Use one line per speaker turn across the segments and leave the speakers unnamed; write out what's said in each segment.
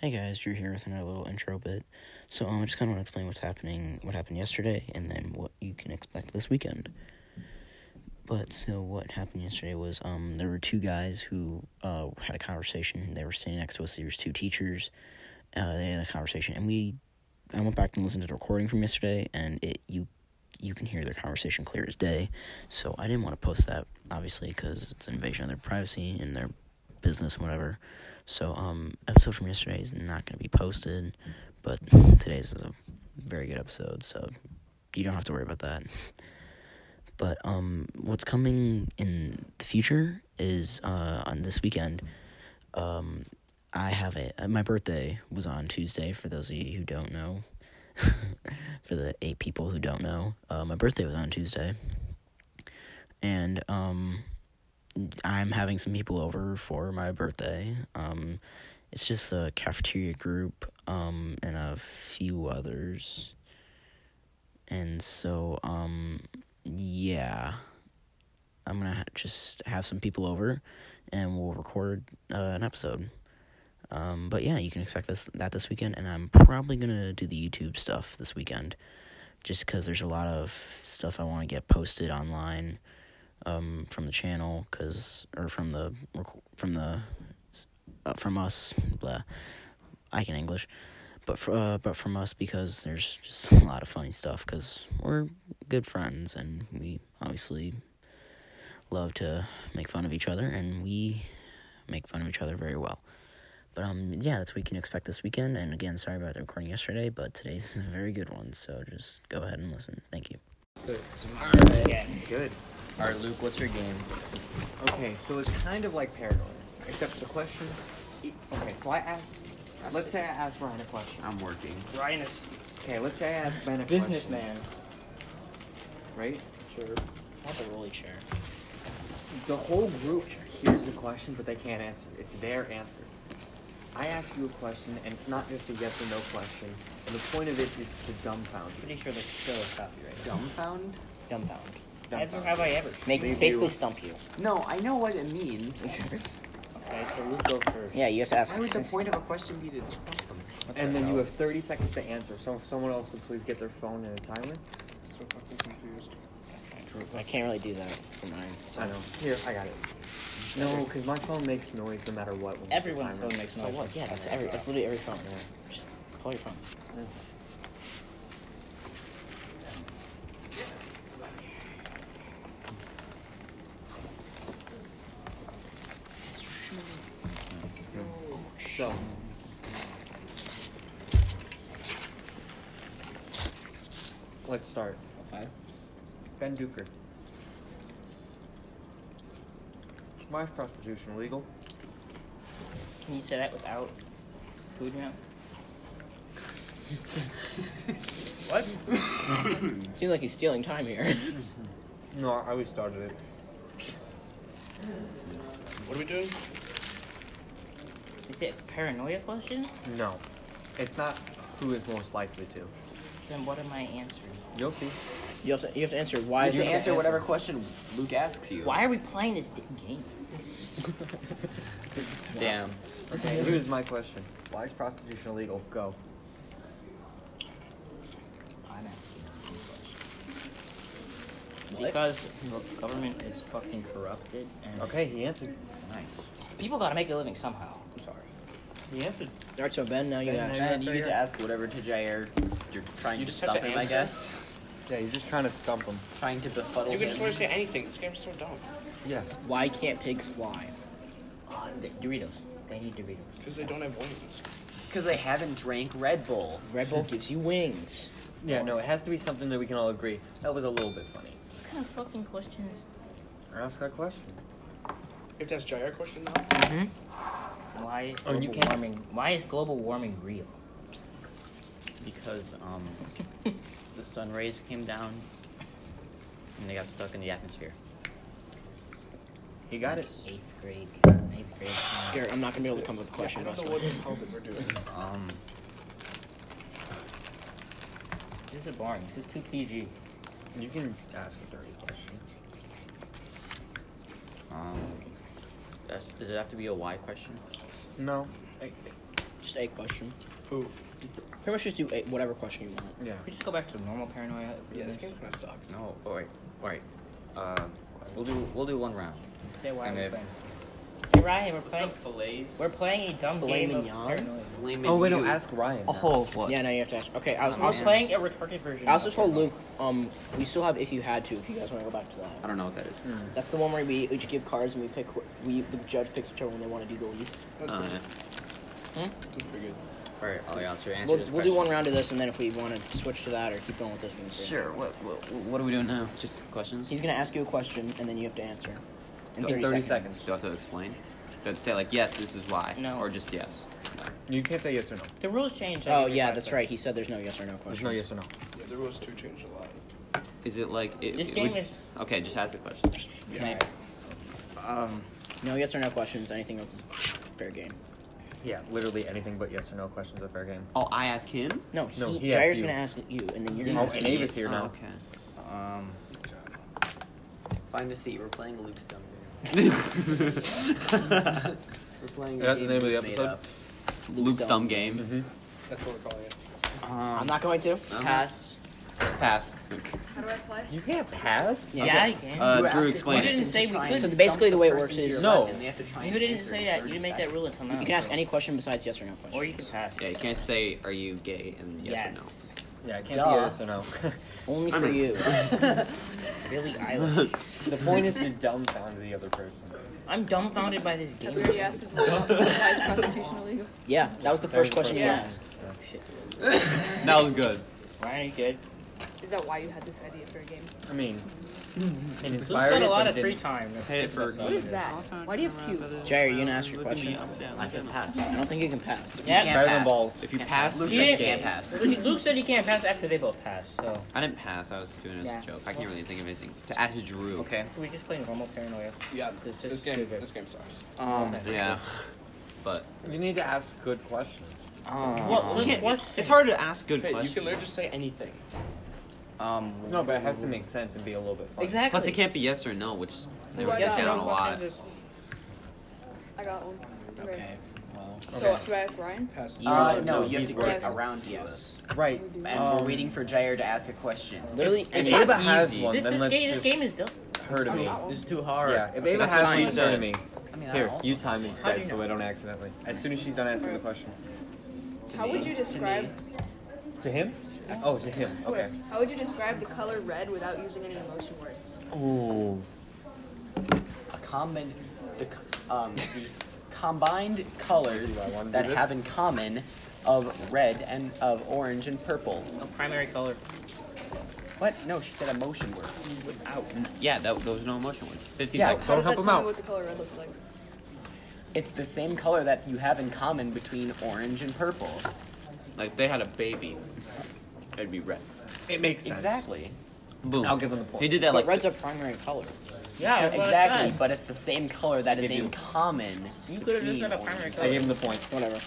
Hey guys, Drew here with another little intro bit. So um, I just kind of want to explain what's happening, what happened yesterday, and then what you can expect this weekend. But so what happened yesterday was um, there were two guys who uh, had a conversation. They were standing next to us. There was two teachers. Uh, they had a conversation, and we, I went back and listened to the recording from yesterday, and it you, you can hear their conversation clear as day. So I didn't want to post that obviously because it's an invasion of their privacy and their business and whatever. So, um, episode from yesterday is not going to be posted, but today's is a very good episode, so you don't have to worry about that. But um, what's coming in the future is uh, on this weekend. Um, I have a uh, my birthday was on Tuesday. For those of you who don't know, for the eight people who don't know, uh, my birthday was on Tuesday, and um, I'm having some people over for my birthday. Um, it's just a cafeteria group um, and a few others. And so, um, yeah, I'm gonna ha- just have some people over, and we'll record uh, an episode. Um, but yeah, you can expect this that this weekend, and I'm probably gonna do the YouTube stuff this weekend, just because there's a lot of stuff I want to get posted online um, from the channel because or from the rec- from the uh, from us blah I can English but fr- uh, but from us because there's just a lot of funny stuff because we're good friends and we obviously love to make fun of each other and we make fun of each other very well but um yeah that's what you can expect this weekend and again sorry about the recording yesterday but today's is a very good one so just go ahead and listen thank you
Good.
All right, Luke, what's your game?
Okay, so it's kind of like paranoid, except the question. i- Okay, so I asked. Let's say I asked Ryan a question.
I'm working.
Ryan is
Okay, let's say I asked Ben a
a
question,
businessman.
right?
Sure.
not the rolly chair
The whole group hears the question, but they can't answer. It's their answer. I ask you a question, and it's not just a yes or no question. And the point of it is to dumbfound you.
Pretty sure the show is copyrighted.
Dumbfound?
Dumbfound. Ever,
Dumbfound.
have I ever?
Make,
Leave
basically
you-
stump you.
No, I know what it means.
Okay, so Luke go first.
Yeah, you have to ask.
Why would the point of a question be to stop something?
And then you have 30 seconds to answer. So if someone else would please get their phone and a timer.
So fucking confused.
I can't really do that for mine. So.
I know. Here, I got it. No, because my phone makes noise no matter what. when there's a
Everyone's
timer.
phone makes
So
noise.
what? Yeah, that's every. That's literally every phone. Just call your phone.
So. Let's start.
Okay.
Ben Duker. Why is prostitution illegal?
Can you say that without food now? what?
Seems like he's stealing time here.
No, I always started it.
What are we doing?
Is it paranoia questions?
No. It's not who is most likely to.
Then what am I answering?
You'll see.
you have to. You have to answer why.
Why you
the-
have to answer whatever question Luke asks you.
Why are we playing this d- game?
Damn.
Okay, here's my question. Why is prostitution illegal? Go.
I'm asking you questions.
What?
Because the government is fucking corrupted and
Okay, he answered.
people gotta make a living somehow. I'm sorry.
He answered.
All right, so Ben, now you
Ben,
ask.
And you get to ask whatever to Jair you're trying
You
to
just have
stop
to
him, I
answer.
guess.
Yeah, you're just trying to stump him.
Trying to befuddle
You
him.
can just want to say anything. This game's so dumb.
Yeah.
Why can't pigs fly?
Oh, the Doritos. They need Doritos.
Because they don't have wings.
Because they haven't drank Red Bull.
Red Bull gives you wings.
Yeah, no, it has to be something that we can all agree. That was a little bit funny.
What kind of fucking questions?
Ask a question.
You have to ask Jair a question now.
Why is
Oh,
global
you can't-
warming? Why is global warming real?
Because um, the sun rays came down and they got stuck in the atmosphere.
He got it.
Eighth grade. Eighth grade. science.
Here, I'm not gonna be able to come up with a
Yeah, I
question.
don't know what in COVID we're doing.
Um,
This is boring. This is too PG.
You can ask a dirty question.
um, that's, does it have to be a why question?
No.
Just a question.
Who?
Pretty much just do a, whatever question you want.
Yeah.
We just go back to normal paranoia. if we
Yeah, this
can.
game kind of sucks.
No, all right, all right. Um, we'll do we'll do one round.
Say why
And
we're
if-
playing. Hey Ryan, we're playing.
fillets?
We're playing a dumb
Filet
game of
mignon?
paranoia.
Oh wait, no, ask Ryan. now.
what?
Yeah, now you have to ask. Okay, I was.
I was playing a retarded version.
I also
of
told
paranoia.
Luke, um, we still have if you had to. If you guys want to go back to
I
that,
don't know what that is.
that's the one where we each give cards and we pick. wh- We the judge picks whichever one they want to do the least.
That's
Uh,
pretty, that's pretty good.
all right, I'll answer. answer
We'll,
this
we'll do
question.
one round of this, and then if we want to switch to that or keep going with this one. we'll do.
Sure. What, what what are we doing now? Just questions.
He's gonna ask you a question, and then you have to answer. In
Th-
30,
seconds. Do I have to explain? Do I have to say like yes, this is why?
No.
Or just yes. No.
You can't say yes or no.
The rules change.
Oh yeah, that's right. He said there's no yes or no
There's
question.
no yes or no.
Yeah, the rules do change a lot.
Is it like it,
This
it
game
would-
is-
Okay, just ask the question.
Yeah.
Um,
No yes or no questions. Anything else is fair game.
yeah, literally anything but yes or no questions are fair game.
Oh, I ask him.
No,
No,
he,
he asked
Jair's
you.
gonna ask you, and then you're
Oh,
gonna. ask
and
me.
Ava's here
Oh,
now.
Um.
Find a seat. We're playing Luke's dumb game. We're playing. a
That's the
game
name of the
Luke made
episode?
up.
Luke's dumb game.
Mm-hmm.
That's what we're calling it.
Um,
I'm not going to.
pass. Pass.
How do I play?
You can't pass.
Yeah.
Yeah, you can.
Uh,
You
Drew,
ask a
explain.
You
it.
didn't say we
try and
couldn't.
So basically the way it
stump
works
the person to
is-
your
No.
left, and they have to try
You
and
didn't
answer in
say that.
30
You didn't make that rule until now.
You can ask any question besides yes or no question.
Or you can pass.
Yeah, you can't say are you gay and yes,
yes.
Yeah, it can't
Duh.
be yes or no.
Only
I
for
mean-
you.
Really
or no.
Eilish.
the point is to dumbfound the other person.
I'm dumbfounded by this game.
Have you already asked if why is prostitution illegal?
Yeah, that was the
That was
first
the
question
first
you
one.
asked.
Shit.
that was good.
Ryan, you good?
Is that why you had this idea for a game?
I mean, it
Luke's got
inspired it,
Mm-hmm. a lot
but
of
it
free
didn't.
time.
Pay it for.
What is
that? Why do you have pubes?
Jair, you gonna ask your question?
I said pass.
I don't think you can pass.
You
Yeah.
can't
Better than
pass.
balls.
If you pass,
Luke
You
said you
didn't-
can't pass.
Luke said you can't pass after they both pass, so.
I didn't pass. I was doing it as
Yeah.
a joke. I can't really think of anything. To ask Drew.
Okay, so we just play normal paranoia.
Yeah,
It's
this
just
game.
stupid.
This game sucks.
Um,
Yeah. But
you need to ask good questions.
What
uh, You
good
can't-
question?
it's hard to ask good
Hey, you can
questions.
literally just say anything.
Um,
No, but it has to make sense and be a little bit fun.
Exactly.
Plus, it can't be yes or no, which they were
Why not?
guessing on a
No
lot.
questions
I got one.
Okay. Well,
So do I ask Ryan?
Pass.
you
Uh,
are-
no,
no,
you have
he's
to get
right.
around to us.
Yes.
Right.
And we're
Um,
waiting for Jair to ask a question.
Literally,
If
any-
not
Ava has
easy.
one,
This,
then
this,
let's
game, this
just
game is dumb.
her to me.
This is too hard.
Yeah, if Ava
that's
has
what I
one, turn to
said.
me.
I mean, I
Here,
also-
you time
How do you
instead so
know?
I don't accidentally. As soon as she's done asking the question.
How would you describe?
To him? Oh, to him. Okay.
How would you describe the color red without using any emotion words?
Ooh.
a common, the c- um, these combined colors
See why I wanna do
that
this?
have in common of red and of orange and purple.
A primary color
What? No, she said emotion words.
without.
Yeah, that, there was no emotion words. 50
Yeah.
seconds.
How
Don't
does that
help
tell
him
me
out.
what the color red looks like?
It's the same color that you have in common between orange and purple.
Like, they had a baby. It'd be red.
It makes sense.
Exactly.
Boom.
I'll give him the point.
He did that
but
like.
red's a primary color.
Yeah, that's what I
exactly,
said.
but it's the same color that is
Give
in
you-
common.
You could have just
between
said a
orange
primary
and
I
color.
gave him the point.
Whatever.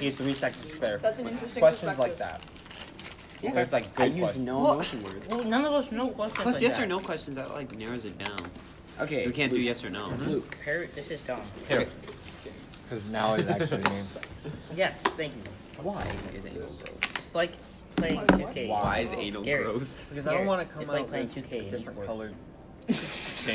He had three seconds to spare.
That's an interesting
Questions like
perspective.
that.
Yeah.
Where it's like
I
good
use
questions.
no
What?
emotion words.
Well, none of us know questions.
Plus,
like
yes
that.
or no questions, that like narrows it down.
Okay.
We can't do
Luke. Mm-hmm.
yes or no.
Luke.
Par- This is dumb.
Here. Because now it actually means.
Yes, thank you.
Why is anal gross?
It's like playing 2K.
Why is anal
Gary.
gross?
Because I don't want to come
It's
out
like playing
with
2K and
different
Esports.
colored.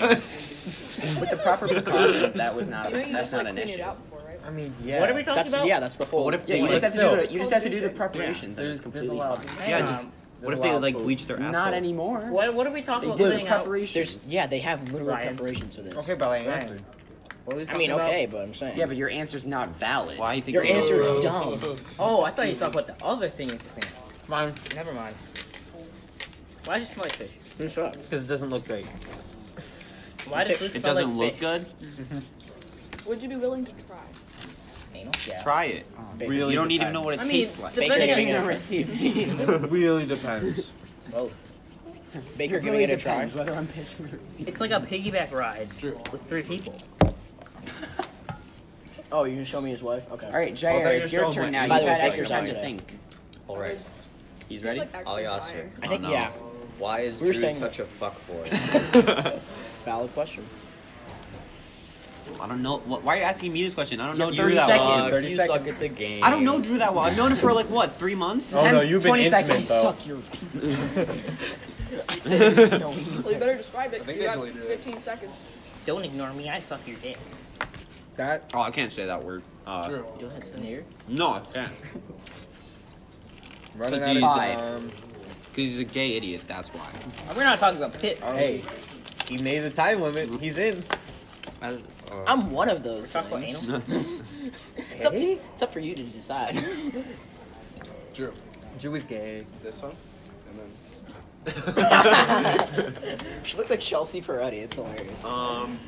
With the proper precautions, that was not.
You know, you
that's
just
not
like
an
clean
issue.
it out before, right?
I mean, yeah.
What are we talking
That's
about?
yeah. That's the whole.
what if
Yeah,
they,
you
like,
just have to
still-
do the, you just have to do the preparations. and
There's, there's
it's
a
completely
lot.
fine.
Hang
yeah,
on.
just. What
There's
if
a
they
lot
like
of
bleach their asshole?
Not anymore.
Um, What, what are we talking
They
about?
do the
cleaning out?
preparations.
There's yeah. They have literal
Ryan.
preparations for this.
Okay, but I
Ryan,
answered.
What are we
I mean,
talking about?
okay, but I'm saying.
Yeah, but your answer's not valid.
Why you think
your
so?
answer is dumb.
Oh, I thought you talked about the other thing you could clean.
Mine,
Never mind. Why does it smell like fish?
Shut up.
because it doesn't look great.
Why does Luke
It
smell
doesn't
like
look
fish?
good.
Would you be willing to try?
Anal? Yeah.
Try it.
Really
You don't even know what it
I mean,
tastes like.
Baker
depending
giving it
on
a recipe.
It really depends.
both.
Baker giving it a try.
depends whether I'm pitching or receiving.
It's like a piggyback ride
Drew.
with three people.
Oh, you can show me his wife. Okay.
All right,
Oh, I thought
Jair,
you
it's
were
your
showing
turn now.
my-
You've
By the
had
way,
extra
Jair's
time
on
to
it.
think.
All right.
He's
It's
ready.
like
I'll
actually
ask
fire.
her.
I think
Oh, no.
yeah.
Why is
We were
Drew
saying-
such a fuckboy?
Valid question.
I don't know. Wh- Why are you asking me this question? I don't
You
know
have
Drew
30
that
Uh,
seconds.
well.
30
You
seconds.
suck at the game. I don't know Drew that well. I've known him for like what, three months?
Oh no, you've been
20
intimate
seconds.
though.
Suck your penis.
No,
Well, you better describe it.
I think
'cause you
I
got
deleted it.
15 seconds.
Don't ignore me. I suck your dick.
That
Oh, I can't say that word. Uh,
Drew.
you don't have to.
No, I can't.
Running
Cause
out of
he's-
time.
Because he's a gay idiot, that's why.
We're not talking about pit. Are
Hey, he made the time limit. He's in.
I'm one of those.
Talk about
things.
anal?
It's, up to, it's up for you to decide.
Drew,
Drew is gay.
this one, and then
she looks like Chelsea Peretti. It's hilarious.
um,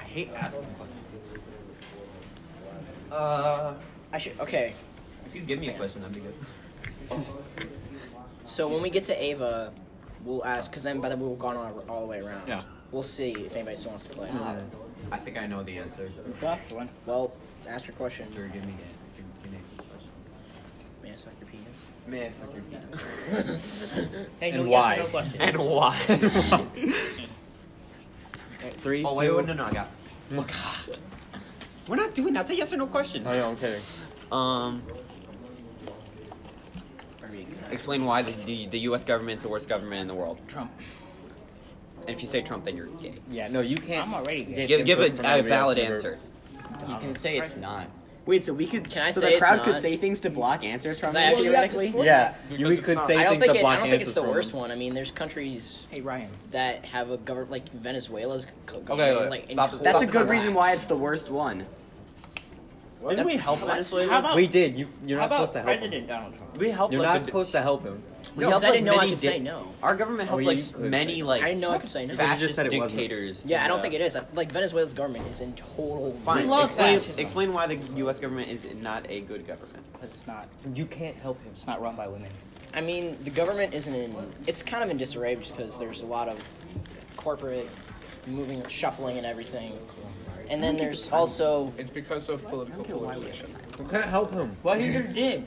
I hate asking questions.
uh,
I should. Okay.
If you give me a question, that'd be good.
So when we get to Ava, we'll ask because then by then we've gone all, all the way around.
Yeah.
We'll see if anybody still wants to play.
I think I know the answer.
Tough one.
Well, ask your question.
Drew, give me the give- give me a question.
May I suck your penis?
may I suck your penis?
Hey, no yes or
And why?
no question.
And why?
Three,
oh wait, wait, no, no, I got. Oh We're not doing that. It's a yes or no question.
Oh no, I'm kidding.
Um,
Or be good.
explain why the, the the U.S. government's the worst government in the world.
Trump.
And if you say Trump, then you're gay.
Yeah, no, you can't.
I'm already gay.
Give, give
input
a,
from
a
everybody
valid
else in the
answer.
group.
You can say it's not.
Wait, so we could? Can I
So
say
the
it's
crowd
not?
could say things to block answers from
Is that
it,
actually-
theoretically.
Well, you have
Yeah,
to
Because
you we
it's
could
not-
say
I don't
things
think
to
it,
block
I don't think it's
answers
the
from
worst
them.
one. I mean, there's countries
Hey Ryan,
that have a government like Venezuela's co-
Okay,
government
wait,
is, like
stop-
in total
that's a
collapse.
good reason why it's the worst one.
Didn't we help
Let's-
Venezuela?
How about,
We did. You you're
how
not supposed
about
to help.
President
Him.
Donald Trump?
We helped.
You're
like,
not
a-
supposed to help him.
We
No, 'cause
helped,
I
like,
didn't know I
many
could say
dic-
no.
Our government
Oh,
helped
yeah,
like
you could,
many like
I didn't know I could say no.
But you just
fascist
said it wasn't.
dictators.
Yeah, I don't think it is. I- Like Venezuela's government is in total.
Fine.
We love
explain,
fascism.
explain why the U.S. government is not a good government.
Because it's not.
You can't help him.
It's not run by women.
I mean, the government isn't in. It's kind of in disarray just because there's a lot of corporate moving, shuffling, and everything. And then there's also,
It's because of political polarization.
You can't help him.
Well, you just did.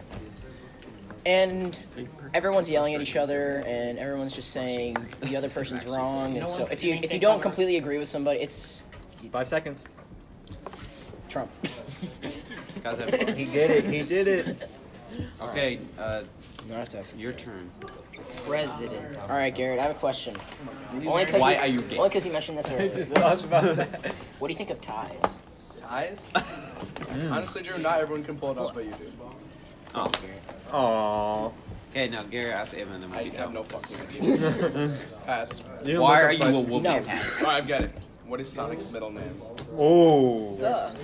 and everyone's yelling at each other, and everyone's just saying the other person's wrong. And so, if you if you don't completely agree with somebody, it's
Five seconds.
Trump.
Guys, have fun.
He did it. He did it.
okay, uh,
You don't have to ask.
your turn.
President.
All right, Garrett, I have a question. Only because
Why
you,
are you gay?
Only because you mentioned this
I
earlier.
just thought about that.
What do you think of ties?
Ties? Honestly, Drew, not everyone can pull it off, but you do.
Oh,
Aww.
okay. Now Gary asked Ava, and then we'll
I
be
have
done.
no fucking idea. Pass.
You
Why
look
are you a
like-
woman?
No, Pat.
All right, I've got it. What is Sonic's middle name?
Oh.
The uh,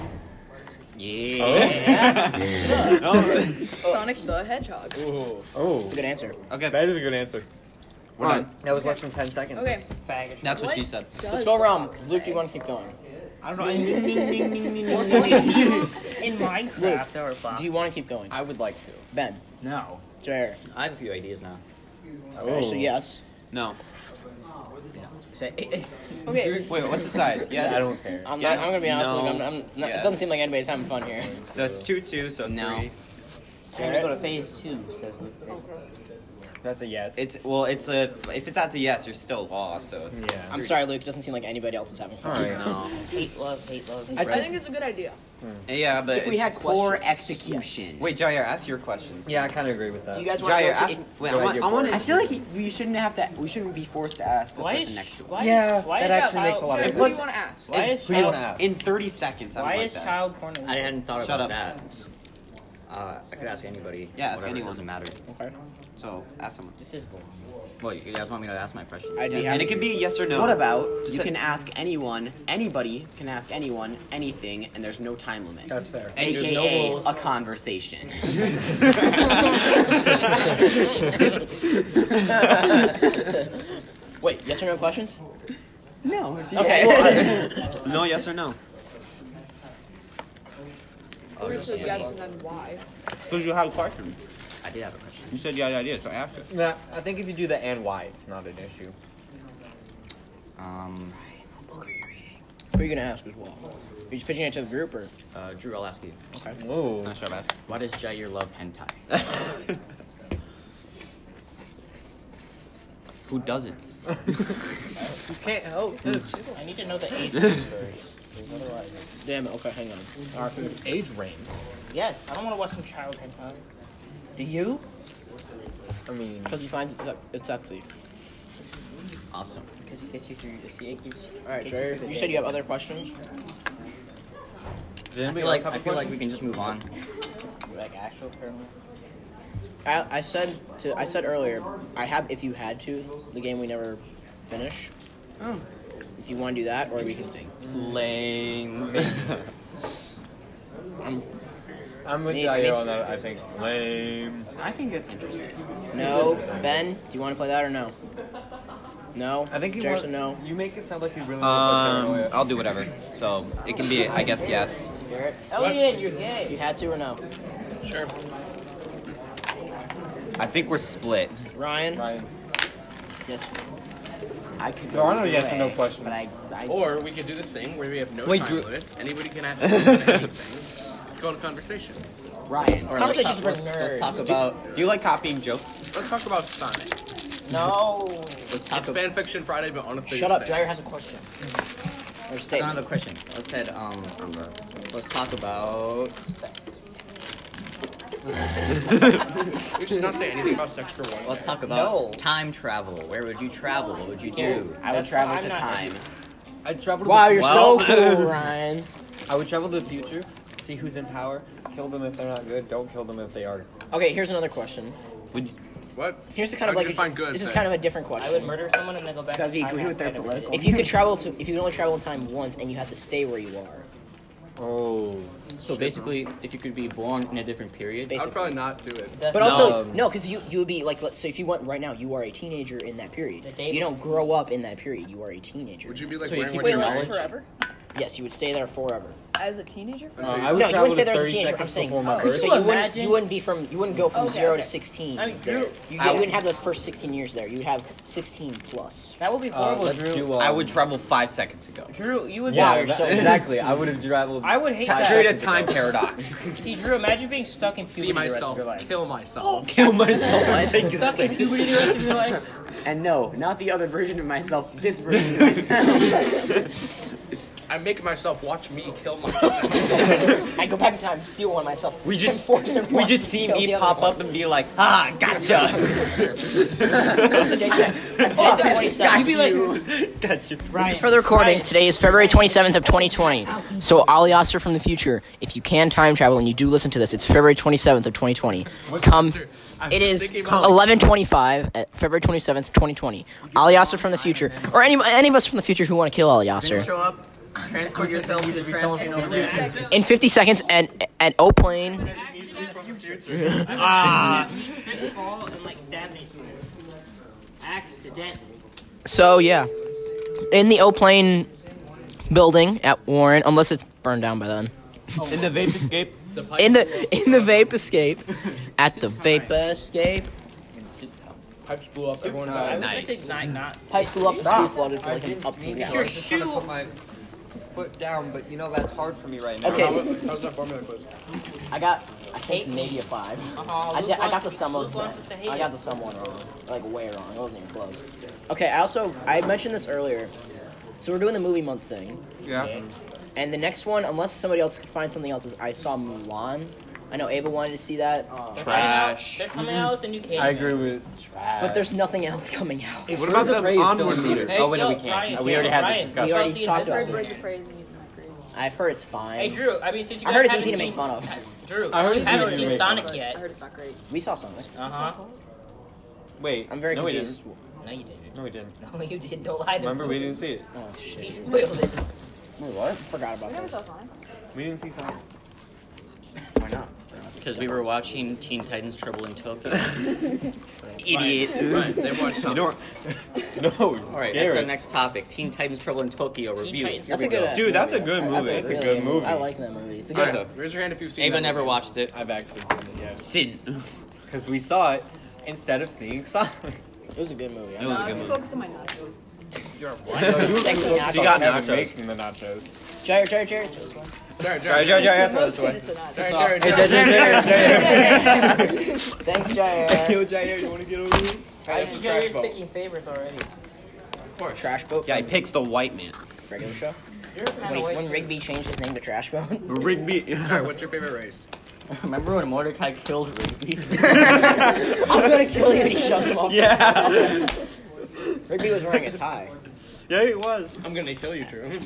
Yeah.
Sonic the Hedgehog.
Ooh.
Oh.
That's a good answer.
okay.
That is a good answer.
We're done.
That was less than ten seconds.
Okay.
Faggot.
That's what she said.
Let's go around. Luke, do you want to keep going?
I don't know. In Minecraft, there were bots.
Do you want to keep going?
I would like to.
Ben,
No.
Jair.
I have a few ideas now.
Okay, so yes.
No.
Say-
Okay.
Wait, what's the size? Yes.
I don't care.
I'm,
Yes,
not, I'm gonna be honest
no,
with you. I'm, I'm not, It
yes.
doesn't seem like anybody's having fun here.
That's two, two, so
No.
three.
Time to go to phase two, says Luke.
Oh,
That's a yes.
It's well, it's a if it's that's a yes, you're still lost. So it's
yeah.
I'm sorry, Luke. It doesn't seem like anybody else is having fun.
All right.
no.
Hate love, hate love.
I
I
just-
think it's a good idea.
Yeah, but
If we had
Poor
questions,
execution.
wait, Jair, ask your questions.
Yeah, I kind of agree with
yes.
that.
Do you guys want to
Jair,
go
ask.
to?
Wait,
Go
I
ahead,
want.
your
I want.
first.
I feel like we shouldn't have to. We shouldn't be forced to ask the
Why
person
is
next to us.
why
Yeah,
is, why is
that actually
child,
makes a lot of
Jared,
sense.
who do you want to ask?
Why is
Who do you want
child,
to ask?
in 30 seconds. I
why
would like
is
that.
child porn? illegal?
I hadn't thought
Shut
about
up.
that.
Uh, I could ask anybody.
Yeah, ask
whatever, it
anyone.
Doesn't matter.
Okay.
So ask someone.
This is bull.
Well, you guys want me to ask my question?
I'd be
And
happy.
it can be a yes or no.
What about
Just
you
say-
can ask anyone, anybody can ask anyone anything, and there's no time limit.
That's fair.
And there's no
AKA
rules.
a conversation.
Wait, yes or no questions?
no.
Okay.
No, yes or no.
Or just a yes and then why?
Because you have a question.
I did have a question.
You said you had an idea, so ask it.
Nah, I think if you do the and why, it's not an issue.
Um,
Who are you gonna ask as well? Are you just pitching it to the group or?
uh, Drew, I'll ask you.
Whoa.
Not sure about
Why does Jair love hentai?
Who doesn't?
You can't help.
I need to know the age verse.
Damn it. Okay, hang on. Our age range.
Yes, I don't want to watch some child hentai.
Do you?
I mean,
Because you find it's, it's etsy.
Awesome.
Because it gets you through. It gets,
All right,
gets
Jerry.
through the
You said
day.
you have other questions.
I feel, like, I feel like we can just move on.
Like actual paranormal. I, I said to I said earlier I have if you had to the game we never finish. Oh. If you want to do that, or we can stay.
Lame.
I'm
I'm with
Me-
Yayo
me
on that. I think lame.
I think it's interesting.
No, Ben, do you want to play that or no? No.
I think you
Jared
want.
said no.
You make it sound like you really.
Um,
like
I'll do whatever. So it can be, I guess, yes.
Garrett,
Oh,
Elliot, you're gay.
you had to or no?
Sure.
I think we're split.
Ryan.
Ryan.
Yes.
I could.
There are no yes or no questions.
But I. I
Or we could do this thing where we have no
Wait,
time
Drew-
limits. Anybody can ask anyone anything. It's called a conversation.
Ryan.
All right, let's
Conversations
talk-
for nerds.
Let's talk about. Do you like copying jokes?
Let's talk about Sonic.
No.
Let's talk
It's
about.
fanfiction Friday, but on a Thursday.
Shut up. Jair has a question. Or
I don't have a
statement.
question. Let's head um on the. Let's talk about.
We should not say anything about sex for one.
Let's
day.
talk
No.
about time travel. Where would you travel? What would you do?
I would
That's-
travel
I'm
to
not-
time.
I travel. To
Wow,
the,
you're
Well-
so cool, Ryan.
I would travel to the future, see who's in power, kill them if they're not good, don't kill them if they are.
Okay, here's another question.
Would you-
What?
Here's the kind
How
of
do
like
you find good
this is
thing?
kind of a different question.
I would murder someone and then go back.
Does
in
he
time
agree
and
with their
I'd never did it.
political?
if you could travel to, if you could only travel in time once and you have to stay where you are,
Oh.
So basically, if you could be born in a different period.
I would probably not do it.
That's
but also
Um,
no, because you you would be like, let's say if you went right now, you are a teenager in that period.
The day-
You don't grow up in that period. You are a teenager.
Would you be like
So you
wearing
keep
what
your
Wait,
you
like
knowledge?
forever?
Yes, you would stay there forever.
As a teenager? For
Uh,
Dude.
I would
no, you
travel
wouldn't stay
to
there as a
30
teenager. I'm
seconds
saying,
before my
Could
so
birth.
you
you
wouldn't
imagine-
you wouldn't be from you wouldn't go from
Okay,
zero
okay.
to sixteen.
I mean,
there.
Drew-
You,
I-
you wouldn't have those first sixteen years there. You would have sixteen plus.
That would be
Uh,
horrible,
let's
Drew.
do,
I
um,
would travel five seconds ago.
Drew, you would.
Yeah,
Wow,
that-
so-
exactly. I would have traveled.
I would hate
five
that.
Create a
seconds
time
ago.
paradox.
See, Drew, imagine being stuck in puberty
see
the
myself,
rest of your life.
kill myself.
Kill myself. I think
Stuck in puberty the rest of your life.
And no, not the other version of myself. This version of myself.
I make myself watch me kill myself.
I go back in time, steal one myself.
we just
and force him
we
one
just
to
see
kill the
me
other
pop
one.
up and be like, ah, gotcha.
Jason, Jason 27th.
You'd be like,
gotcha.
This is for the recording.
Ryan.
Today is February 27th of 2020. So Ali Oster from the future, if you can time travel and you do listen to this, it's February 27th of 2020. Come.
Sir, I was
It
just
is
thinking about-
11:25 at February 27th, 2020. Ali Oster from the future, or any any of us from the future who want to kill Ali Oster.
Show up, transport yourself to the trash can over
Fifty
there.
seconds.
In 50 seconds, and at O plane.
trip, fall, and like stab me. Accidentally.
So yeah, in the O plane building at Warren, unless it's burned down by then.
In the vape escape.
The pipe
In the in the vape escape, at the vape escape.
pipes blew up. Everyone
I was
died.
like,
Nice.
ignite, not.
Pipe flew up, the school flooded for like an up to an
Your
hour.
shoe.
Put my foot down, but you know that's hard for me right now.
Okay.
How was, how was that formula quiz?
I got, I think maybe a five. I, did, Uh-huh, I got the sum of,
wants us to hate
I got
it.
the sum one wrong, like way wrong. It wasn't even close. Okay, I also I mentioned this earlier. So we're doing the movie month thing,
Yeah.
and the next one, unless somebody else finds something else, is I saw Mulan. I know Ava wanted to see that,
Trash.
They're coming
Mm-hmm.
out with a new case.
I agree with.
but there's nothing else coming out.
What
about the onward
meter?
Hey,
Oh, wait, no,
yo,
we can't.
Ryan,
We already had this
Ryan,
discussion.
We already
Chelsea
talked
and
about
I've heard
Pittsburgh.
Birds of Prey is a musical group.
I've heard it's
Hey
fine.
Drew, I mean, since you
I
guys
heard it's
haven't
easy to
seen-
make fun of.
has- Drew,
I heard
you
it's
haven't
easy
seen
to make fun
Sonic
I
yet.
heard it's not great.
We saw something.
Uh huh.
Wait.
I'm very
no, we
confused.
No, you didn't.
No, we didn't.
No, you didn't. Don't lie to
Remember,
me.
we didn't see it.
Oh shit!
He
Wait,
spoiled it.
what? Forgot about
We never
that.
saw Sonic.
We didn't see Sonic.
Why not?
Because we were watching Teen Titans Trouble in Tokyo. Idiot.
Right, they watched something.
No. All
All right, that's our
Garrett.
next topic. Teen Titans Trouble in Tokyo review.
Titans
Here
That's
we
a
go.
good. uh,
Dude, that's a good
That's
movie. That's a
really
good movie.
I like that movie. It's a
All
good
right,
one.
raise your hand if you've seen
Ava
that
never
movie.
watched it.
I've actually seen it. Yes.
Sin.
Because we saw it instead of seeing Sonic.
It was a good movie.
It
No,
was a
I was
good
too
movie.
focused Uh, on my nachos.
You're
Sexy nachos.
You got
nachos.
making the nachos.
Jared, Jared, Jared.
Jared,
All right,
Jared,
Jared, Jared,
Jared,
you have
Most
to throw
of
this
it's the nachos.
Jared,
away. Hey, Jared,
Jared, Jared.
Jared, Jared, Jared.
Thanks, Jared.
Yo, Jared, you want to get over here?
I see Jared, you're picking favorites already.
course.
Trash Boat.
Yeah, he
from
picks the white man.
regular show.
You're
Wait, when Rigby changed his name to Trash Boat.
Rigby.
Alright, what's your favorite race?
Remember when Mordecai killed Rigby?
I'm gonna kill you, and he shoves him off.
yeah.
Rigby was wearing a tie.
Yeah, he was.
I'm gonna kill you, Drew.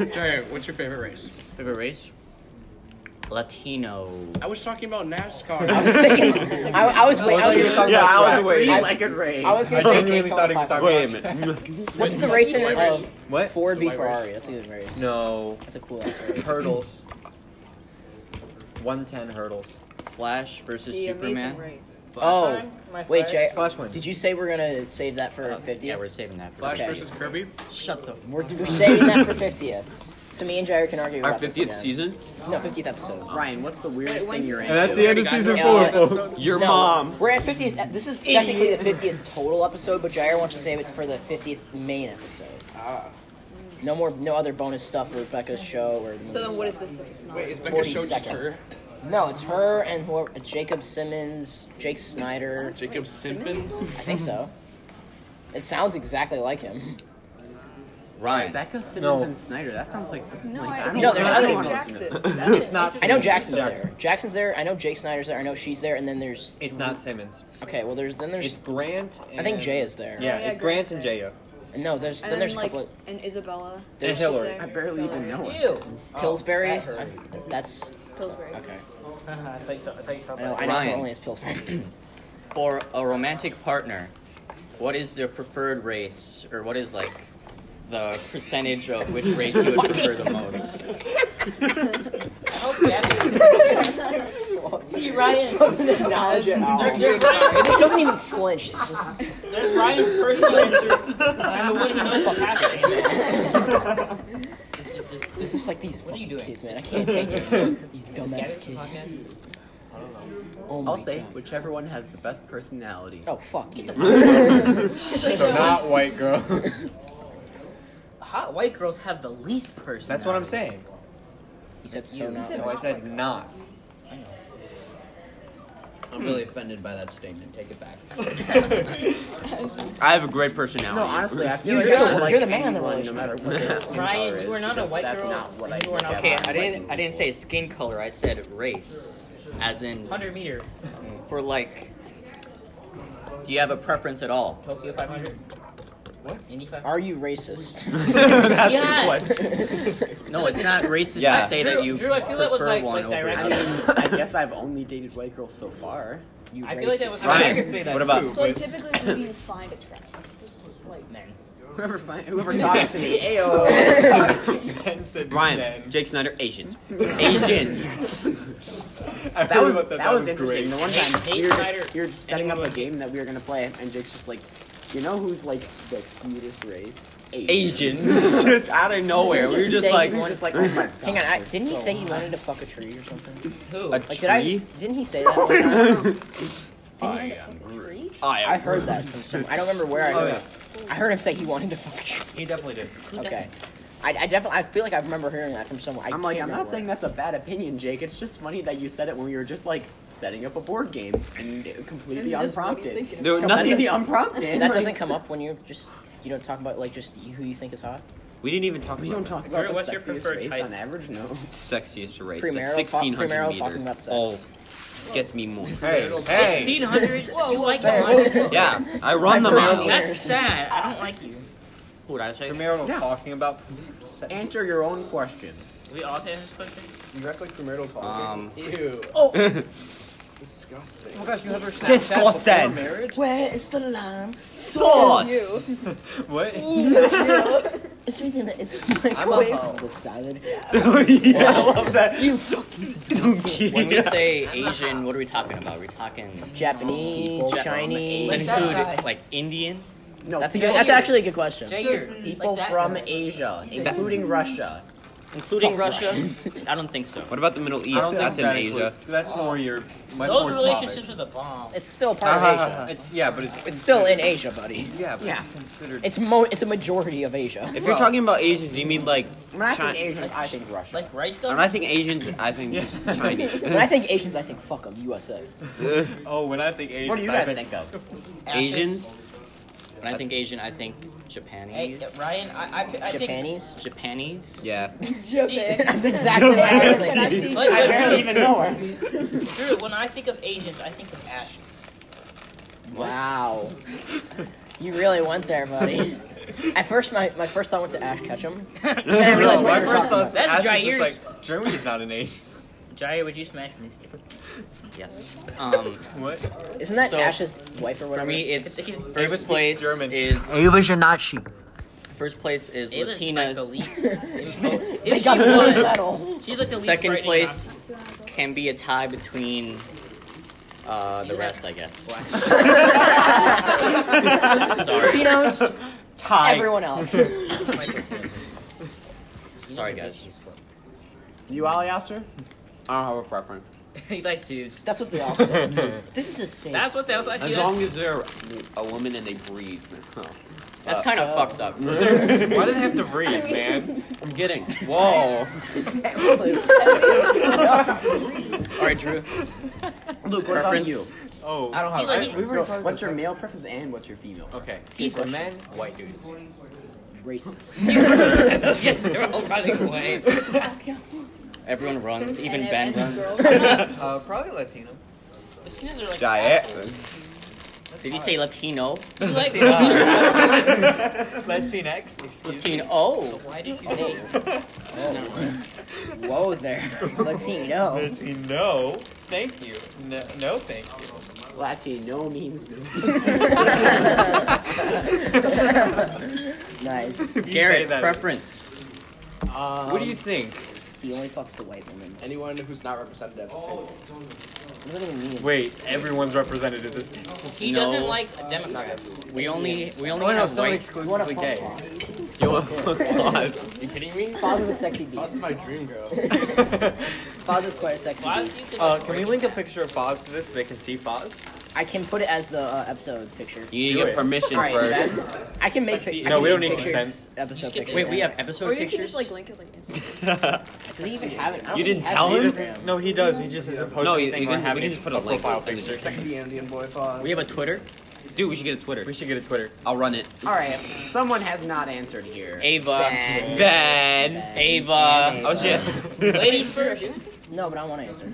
Alright, what's your favorite race?
Favorite race? Latino.
I was talking about NASCAR.
I was thinking. I, I was wait. I was gonna talk
Yeah,
about
I was
track.
waiting.
I-
Like
I was
I
gonna say
really thought
Daytona
he
500.
was talking
Wait a minute.
What's the race in
White
uh,
race.
What?
Ford v
The white race.
Ferrari? That's a good race.
No.
That's a cool ass race.
Hurdles. 110 hurdles.
Flash versus
The
Superman.
amazing race.
Oh,
My
wait,
flag.
Jay.
Flash wins.
Did you say we're gonna save that for
Uh, yeah, we're
50th?
saving that for
Flash
Okay.
versus Kirby.
Shut the. We're, we're saving that for 50th. So me and Jair can argue
Our
about this
50th
again.
season?
No, 50th episode.
Ryan, what's the weirdest
Wait,
thing you're
when's-
into?
And
that's the end of season
four,
folks.
Your
No,
mom.
We're at 50th. ep- This is technically the 50th total episode, but Jair wants to save it's for the 50th main episode.
Ah.
No more, no other bonus stuff for Becca's show or. movie
So then, what
stuff.
is this if it's not?
Wait, is Becca
40
show just
second.
her?
No, it's her and whoever, Jacob Simmons, Jake Snyder.
Jacob Simpkins?
I think so. It sounds exactly like him.
Ryan.
Becca Simmons
No.
and Snyder. That sounds like.
No,
like,
I
I
don't
don't
No,
know.
there's
I
other
don't
ones.
wanna listen to
Jackson.
that.
That's
It's not
I know
Simmons.
Jackson's
Jackson.
there. Jackson's there. I know Jake Snyder's there. I know she's there. And then there's
It's not Simmons.
okay. Well, there's then there's.
It's Grant. And,
I think Jay is there.
Yeah,
Oh, yeah,
it's Grant and
Grant's there.
Jayo.
And No, there's
And
then
then
there's a
like
couple of
and Isabella.
There's
She's
Hillary.
there.
I barely even know it.
Ew.
Oh,
Pillsbury. I- that's
Pillsbury.
okay.
I thought you thought- I thought you thought
I know.
about
I know
Ryan.
him only as Pillsbury.
For a romantic partner, what is their preferred race? Or what is like the percentage of which race you would prefer the most?
Oh,
See, Ryan.
doesn't acknowledge it.
There-
It
There's, Ryan-
doesn't even flinch. It's just-
there's Ryan's personal answer. I'm the one who doesn't have it.
It's just like these
are
fucking
you doing?
kids, man. I can't take it. These dumbass kids. Oh my
I'll say
God.
whichever one has the best personality.
Oh fuck you.
So not white girl.
Hot white girls have the least person.
That's what I'm saying.
He said so
No,
not.
I said not.
I'm really offended by that statement. Take it back. I have a great personality.
No, honestly, I feel
You're
like
the-
I don't like
you're the man in the
anyone, no matter what their skin
Ryan,
color
you
is,
are not a
because
white
that's
girl.
Not what I
You are not-
look at
Okay,
when
I
I'm
didn't. I
liking
didn't say skin color. I said race, as in
100 meter.
for like. Do you have a preference at all?
Tokyo 500. What? Indy 500.
Are you racist?
That's
Yes!
No, it's not racist
Yeah.
to say
Drew,
that you
Drew, I feel that was
prefer
like,
one
like
over
directly.
another.
people. I guess I've only dated white girls so far.
You
I
racist.
feel like that was
Ryan,
I could say that
what about
So like, typically, who do you find attractive? Like,
men.
Whoever find, whoever talks to me, ayo.
Ben said
Ryan, Jake Snyder, Asians, Asians.
That was that, was, interesting. The one time
Nate
we were
Snyder,
just, we were setting up a
anyone-
game that we were gonna play, and Jake's just like, you know who's like the cutest race?
Asians, just out of nowhere. We were just
Saying
like,
we were just like, oh my.
Hang on, I,
God,
didn't he
so
say he wanted to fuck a tree or something?
Who?
a
Like, did I?
tree.
Didn't he say that? One time? Didn't
I
he
am
want to fuck a tree?
I
I heard that from some. I don't remember where I
Oh,
heard it. I heard him say he wanted to fuck a tree.
He definitely did.
Okay. I, I definitely. I feel like I remember hearing that from somewhere. I
I'm like,
can't
I'm not
remember
saying
where.
that's a bad opinion, Jake. It's just funny that you said it when we were just like setting up a board game and completely
this is just what he's
unprompted.
thinking.
There,
Come on,
Completely
that-
unprompted.
That
like-
doesn't come up when you're just. You don't talk about like just who you think is hot.
we didn't even talk
We
about
don't
that.
talk about
Drew,
the
what's your
sexiest
preferred
race
type?
on average. No.
sexiest race. the
Premarital fuck-
1600
premarital
meter.
fucking about sex.
Oh, gets me moist.
Hey, hey.
1600?
Whoa,
you
whoa,
like
whoa,
it?
Yeah, I run the mountain.
Mountaineers.
That's sad. I don't like you.
What did I say?
Premarital
Yeah.
talking about.
Answer your own question.
We all can this question?
You guys like premarital talk.
Um,
Ew.
Oh.
Disgusting.
Oh my gosh, you have her
Disgusting.
marriage?
Where is the lamp?
Sauce.
What?
It's something that is
I'm a
microwave.
hoe.
salad.
yeah,
I
love that.
You fucking
Donkey. When we say Asian, what are we talking about? Are we talking
Japanese,
People from
Chinese.
Does
that
that
guy.
include like Indian?
No,
That's a
people-
good. That's actually a good question.
Jager.
people from Asia, including Russia.
Including
Fuck
Russia? I don't think so. What about the Middle
I
East?
don't
That's in
think that
Asia.
includes- That's more your much more
Those
Slavic.
relationships are the bomb.
It's still part
Uh-huh.
of
Ah,
Asia.
It's yeah, but it's
It's still in Asia, buddy.
Yeah, but
Yeah.
it's considered.
It's mo. It's a majority of Asia.
If
Well-
you're talking about Asians, you mean like
When I
Chi-
think Asians, I think Russia.
Like rice
When
gum?
I think Asians, I think just Chinese.
When I think Asians, I think fuck 'em, USA.
oh, when I think Asian,
what do you guys think of?
Asses.
Asians? When I think Asian, I think Japanese.
Hey, yeah, Ryan, I, I, I think.
Japanese?
Japanese.
Yeah.
That's exactly what I was
Can I
thinking.
see-
I barely even know her.
Drew, when I think of Asians, I think of ashes.
Wow. You really went there, buddy. At first, my, my first thought went to Ash Ketchum. Then I realized what
my
you were
first
talking
thought
about.
That's
Ash
Jair's-
is just like Germany's not an Asian.
Jaya, would you smash me? Steve?
Yes.
Um,
What?
Isn't that
So,
Ash's wife or
for
whatever?
me, it's
He's-
Ava
first
speaks
place
German.
is
Ava's your not sheep.
first place is
Ava's like the
Latinas.
least. If, if
they
she
got the gold
was,
medal.
she's like the least.
Second
frightening
place can be a tie between uh, the
You
rest,
have-
I guess.
Sorry. Latinos, everyone else.
Sorry, guys.
You Ali Aster?
I don't have a preference.
option. he likes dudes.
That's what they all said. This is a safe.
That's what that was. I see that.
as they're a woman and they breathe.
That's Uh, kind of fucked up.
Why do they have to breathe, man?
I'm kidding. Whoa. All right, Drew.
Luke, what about you?
Oh,
I don't have.
Like, he-
we were talking.
What's your male preference and what's your female?
Okay,
He's
for men, white dudes.
Racist.
yeah, they're all running away.
Everyone runs. Even Ben
And- and
runs.
girls-
Uh, probably Latino.
Latinos are like.
Did you say Latino?
You like
Latinx. Excuse me.
Latino. Oh,
Why did you date?
Whoa there. Latino.
Latino. Thank you. No, no thank you.
Latino means me. nice.
If you say
Garrett,
that-
preference.
Um,
What do you think?
He only fucks the white women.
Anyone who's not represented at this table.
What do they mean?
Wait, everyone's represented at this table.
He
No.
doesn't like Democrats.
We only we only
Oh no,
have
someone
white.
You want a
exclusively
phone
gay.
call?
Yo, Foz.
you kidding me?
Foz is a sexy beast.
my dream girl.
Foz is quite a sexy
Why
beast.
is he
uh, can we link a picture of Foz to this so they can see Foz?
I can put it as the uh, episode picture.
You need
Do
to
it.
get permission
All right,
first.
Ben. I can make.
Sexy.
I
No,
can
we don't
make
need
pictures
consent.
Episode
Just get
picture.
Wait, we have
Or
episode
you can
pictures.
just like link us like Instagram.
Does he even have it? I don't
you
think he
didn't
has
tell
an
him?
Instagram.
No, he does. He just doesn't post
No, you,
anything
you
or
can,
have
we can
any
just put a link.
profile
up in the
picture.
description.
Indian boy Foz.
We have a Twitter. Dude, we should get a Twitter.
We should get a Twitter.
I'll run it.
All right, someone has not answered here.
Ava.
Ben.
Ben.
Ben.
Ava.
Ben,
Oh
Ava.
shit.
Ladies
Sure,
first.
do answer.
No, but I want to answer.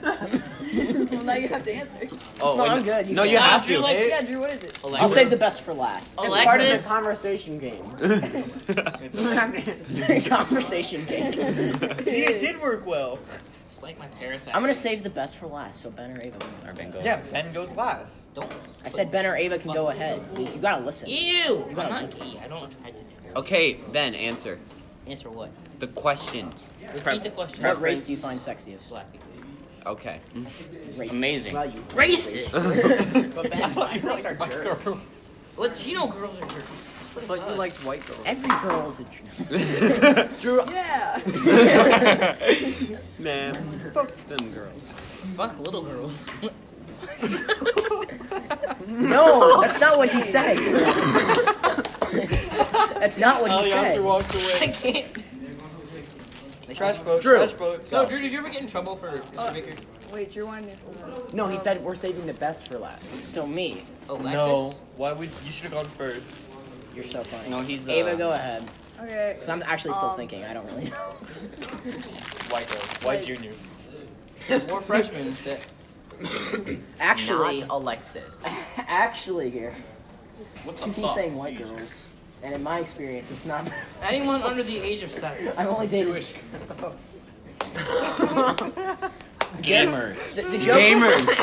Well, now you have to answer.
Oh,
No,
wait,
I'm good. You
No,
can
you
go.
have
Drew
to.
likes-
Yeah, Drew, what is it?
I'll save the best for last.
Alexis.
Part of the conversation game. conversation game.
See, it did work well.
It's like my parents.
I'm gonna save the best for last, so Ben or Ava.
Or Ben, go.
Yeah, Ben goes last.
Don't.
I said Ben or Ava can go ahead. You you gotta listen.
Ew! I'm
gotta
not
listen.
gay. I don't try to do
Okay, Ben, answer
Answer what?
the question.
Repeat the question.
What race do you find sexiest?
Black people.
Okay.
Race.
Amazing.
Well, you
Racist!
But Ben, black girls are jerks.
Latino girls are dirty.
But you liked white girls.
Every girl is a jerk.
Yeah.
Man, folks them girls.
Fuck little girls.
No, that's not what he said. that's not what he
Alianza
said.
walked
I
away.
can't.
Trash boat,
Drew.
trash boat.
So, Drew, did you ever get in trouble for Mr. Baker?
Wait, Drew wanted to answer that.
No, he said we're saving the best for last.
So me,
Alexis?
No, why would you should have gone first?
you're so funny.
No, he's. Uh,
Ava, go ahead.
Okay.
Because I'm actually still
Um,
thinking. I don't really know.
White girls,
Wait.
white juniors.
More freshmen instead.
Actually,
Not Alexis.
actually here.
What the
He keeps saying white girls. And in my experience, it's not.
Anyone under the age of seven.
I've only dated.
Gamers.
The, the joke,
Gamers.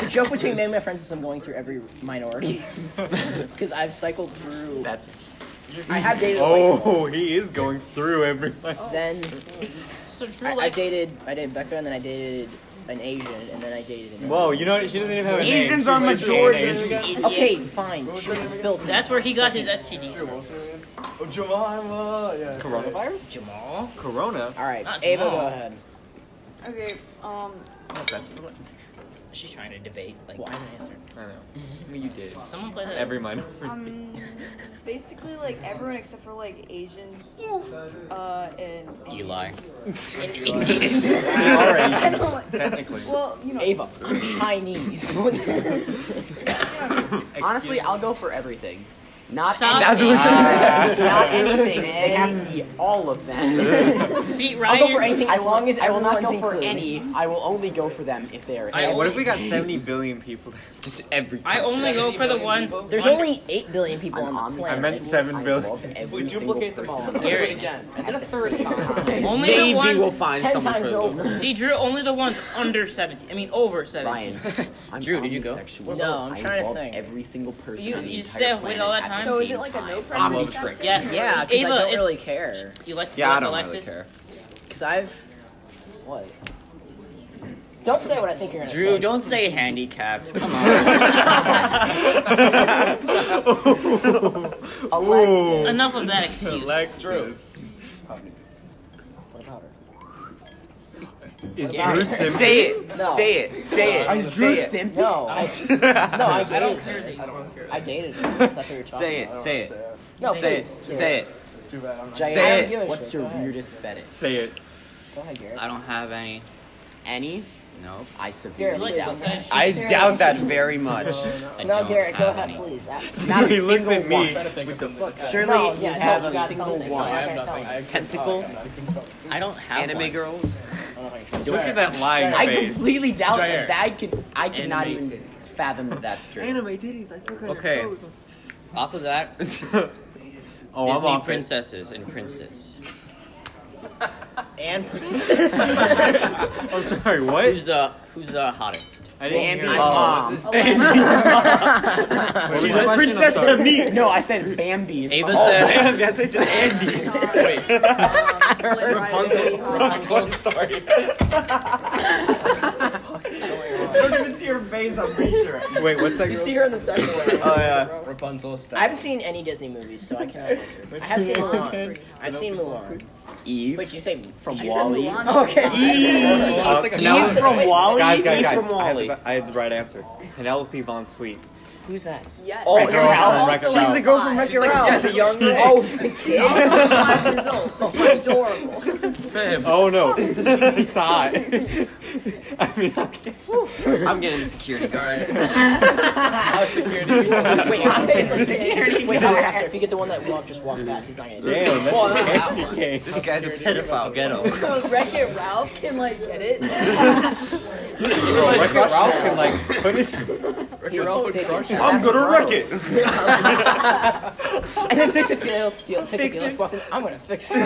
the joke between me and my friends is I'm going through every minority. Because I've cycled through.
That's
I have dated. a white girl.
Oh, he is going through everyone.
Then
So, Drew
I, I
likes.
dated. I dated Becca, and then I dated an Asian, and then I dated. Another.
Whoa, Oh, you know what? She doesn't even have a name.
Asians
She's
are
like
majority.
Asian Asian.
Idiots.
Okay, fine. She was filthy.
That's where he got his STD from.
Oh, Jamal, yeah. Coronavirus?
Jamal?
Corona?
All right,
Not
Ava,
Jamal.
go ahead.
Okay, um,
She's trying to debate. Like,
Well, I haven't answered.
I know. You did.
someone play that.
Every minor.
um, basically like everyone except for like Asians, uh, and
Eli.
All right.
I don't like-
Technically.
well, you know,
Ava, I'm Chinese.
honestly, I'll go for everything. Not
Stop
anything.
it.
Uh, not anything. They have to be all of them.
See,
I'll
Ryan,
go for anything as long as I will not go
everyone's
for
included.
any. I will only go for them if they are.
I,
every-
what if we got 70 billion people? Just every.
I only go for the ones.
There's
one-
only 8 billion people
I'm
on
on
the
it.
planet.
I
meant seven
I
billion.
love
If
every
we
single
duplicate them all,
person.
we'll do it again.
At the same time.
Only
Maybe
the ones.
we'll find
Ten
someone
times
for the
over.
See, Drew, only the ones under 70. I mean, over 70.
Ryan, I'm
Drew, did you go?
omnisexual.
No, I'm
I
trying to
love
think.
Every single person
You-
on the
you
entire
said wait all that
planet at
time?
the
So is
same
it like a no
time.
I'm
preference?
overtricked.
Yes.
Yeah, because
Ava,
I don't
it-
really care.
You like
Yeah, I
like
don't
Alexis?
really care.
Because I've. What? Don't say what I think you're going to say.
Drew, don't say handicapped. Come
Alexis.
Enough of that excuse.
Drew.
Play louder.
Is
Yeah.
Drew Sim-
Say it.
No.
Say it. Say it.
Is Drew
say it.
simping? No. I, no, I dated
don't
her.
care.
I dated her. That's what you're talking
Say it.
about.
Say it.
No,
Say it.
please, Garrett.
Say it.
It's too bad. I'm not.
Giant, I
Say
don't
it.
give a
What's
shit.
your
Go ahead.
weirdest fetish?
Say it.
Go ahead, Garrett.
I don't have any.
Any?
Nope.
I
Garrett,
severely
please
doubt
don't
that.
finish.
I
Sarah,
doubt that very much. I
No,
don't
Garrett, go
have
ahead,
any.
please.
Not a
He looked
single
at me.
one. Surely
No,
you
yeah, no,
have
you
a
got
single
something.
one.
No, I have
Tentacle. I don't have
Anime
one.
girls.
Look at that
lying
I completely doubt
Jair.
that. that I could. I could not
Anime
even fathom that that's true.
titties. I still couldn't
Okay. Off of that,
oh, I'm
Disney
off it.
princesses and princes.
And princess.
Oh, sorry. What?
Who's the Who's the hottest?
I
Bambi's
hear you.
mom.
What was
She's
the
a
question? I'm
princess to
sorry. Oh,
No, I said Bambi's.
Ava
mom.
said.
Yes, I said Andy.
Rapunzel's
Toy Story. Don't even see her face. I'm pretty sure. Wait, what's that?
you see her in the second one.
Oh yeah.
Rapunzel
I haven't seen any Disney movies, so I cannot answer. I have seen Mulan. I've seen Mulan.
Eve
Wait, you say
from
did you say
Wally.
Mulan? Okay.
Penelope-
from
Wait,
Wall-E?
Guys, guys,
Eve
guys.
from
I had
Wall-E.
the- I had the right answer. Penelope Von Sweet.
Who's that?
Yes.
Oh,
Wreck-It
girl,
Ralph.
Wreck-It
Also
Ralph.
alive.
Wreck-It Ralph.
the young
Oh,
She's also five years old, but she's adorable.
Oh no, it's hot. I mean, okay.
I'm getting a security guard.
wait, I'll take
Tastes like candy.
Wait, I'll ask her. If you get the one that walk, just walk past. He's not gonna. do it.
Damn, that's
Well,
a
that
candy
one.
cane.
This guy's a pedophile. Get him.
So Wreck-It Ralph can like get it.
Bro, Wreck-It Ralph can like put his.
He's thick as shit.
I'm
That's
gonna wreck
gross.
it.
And then fix it, feel, feel, fix it. Felix walks in. I'm gonna fix it.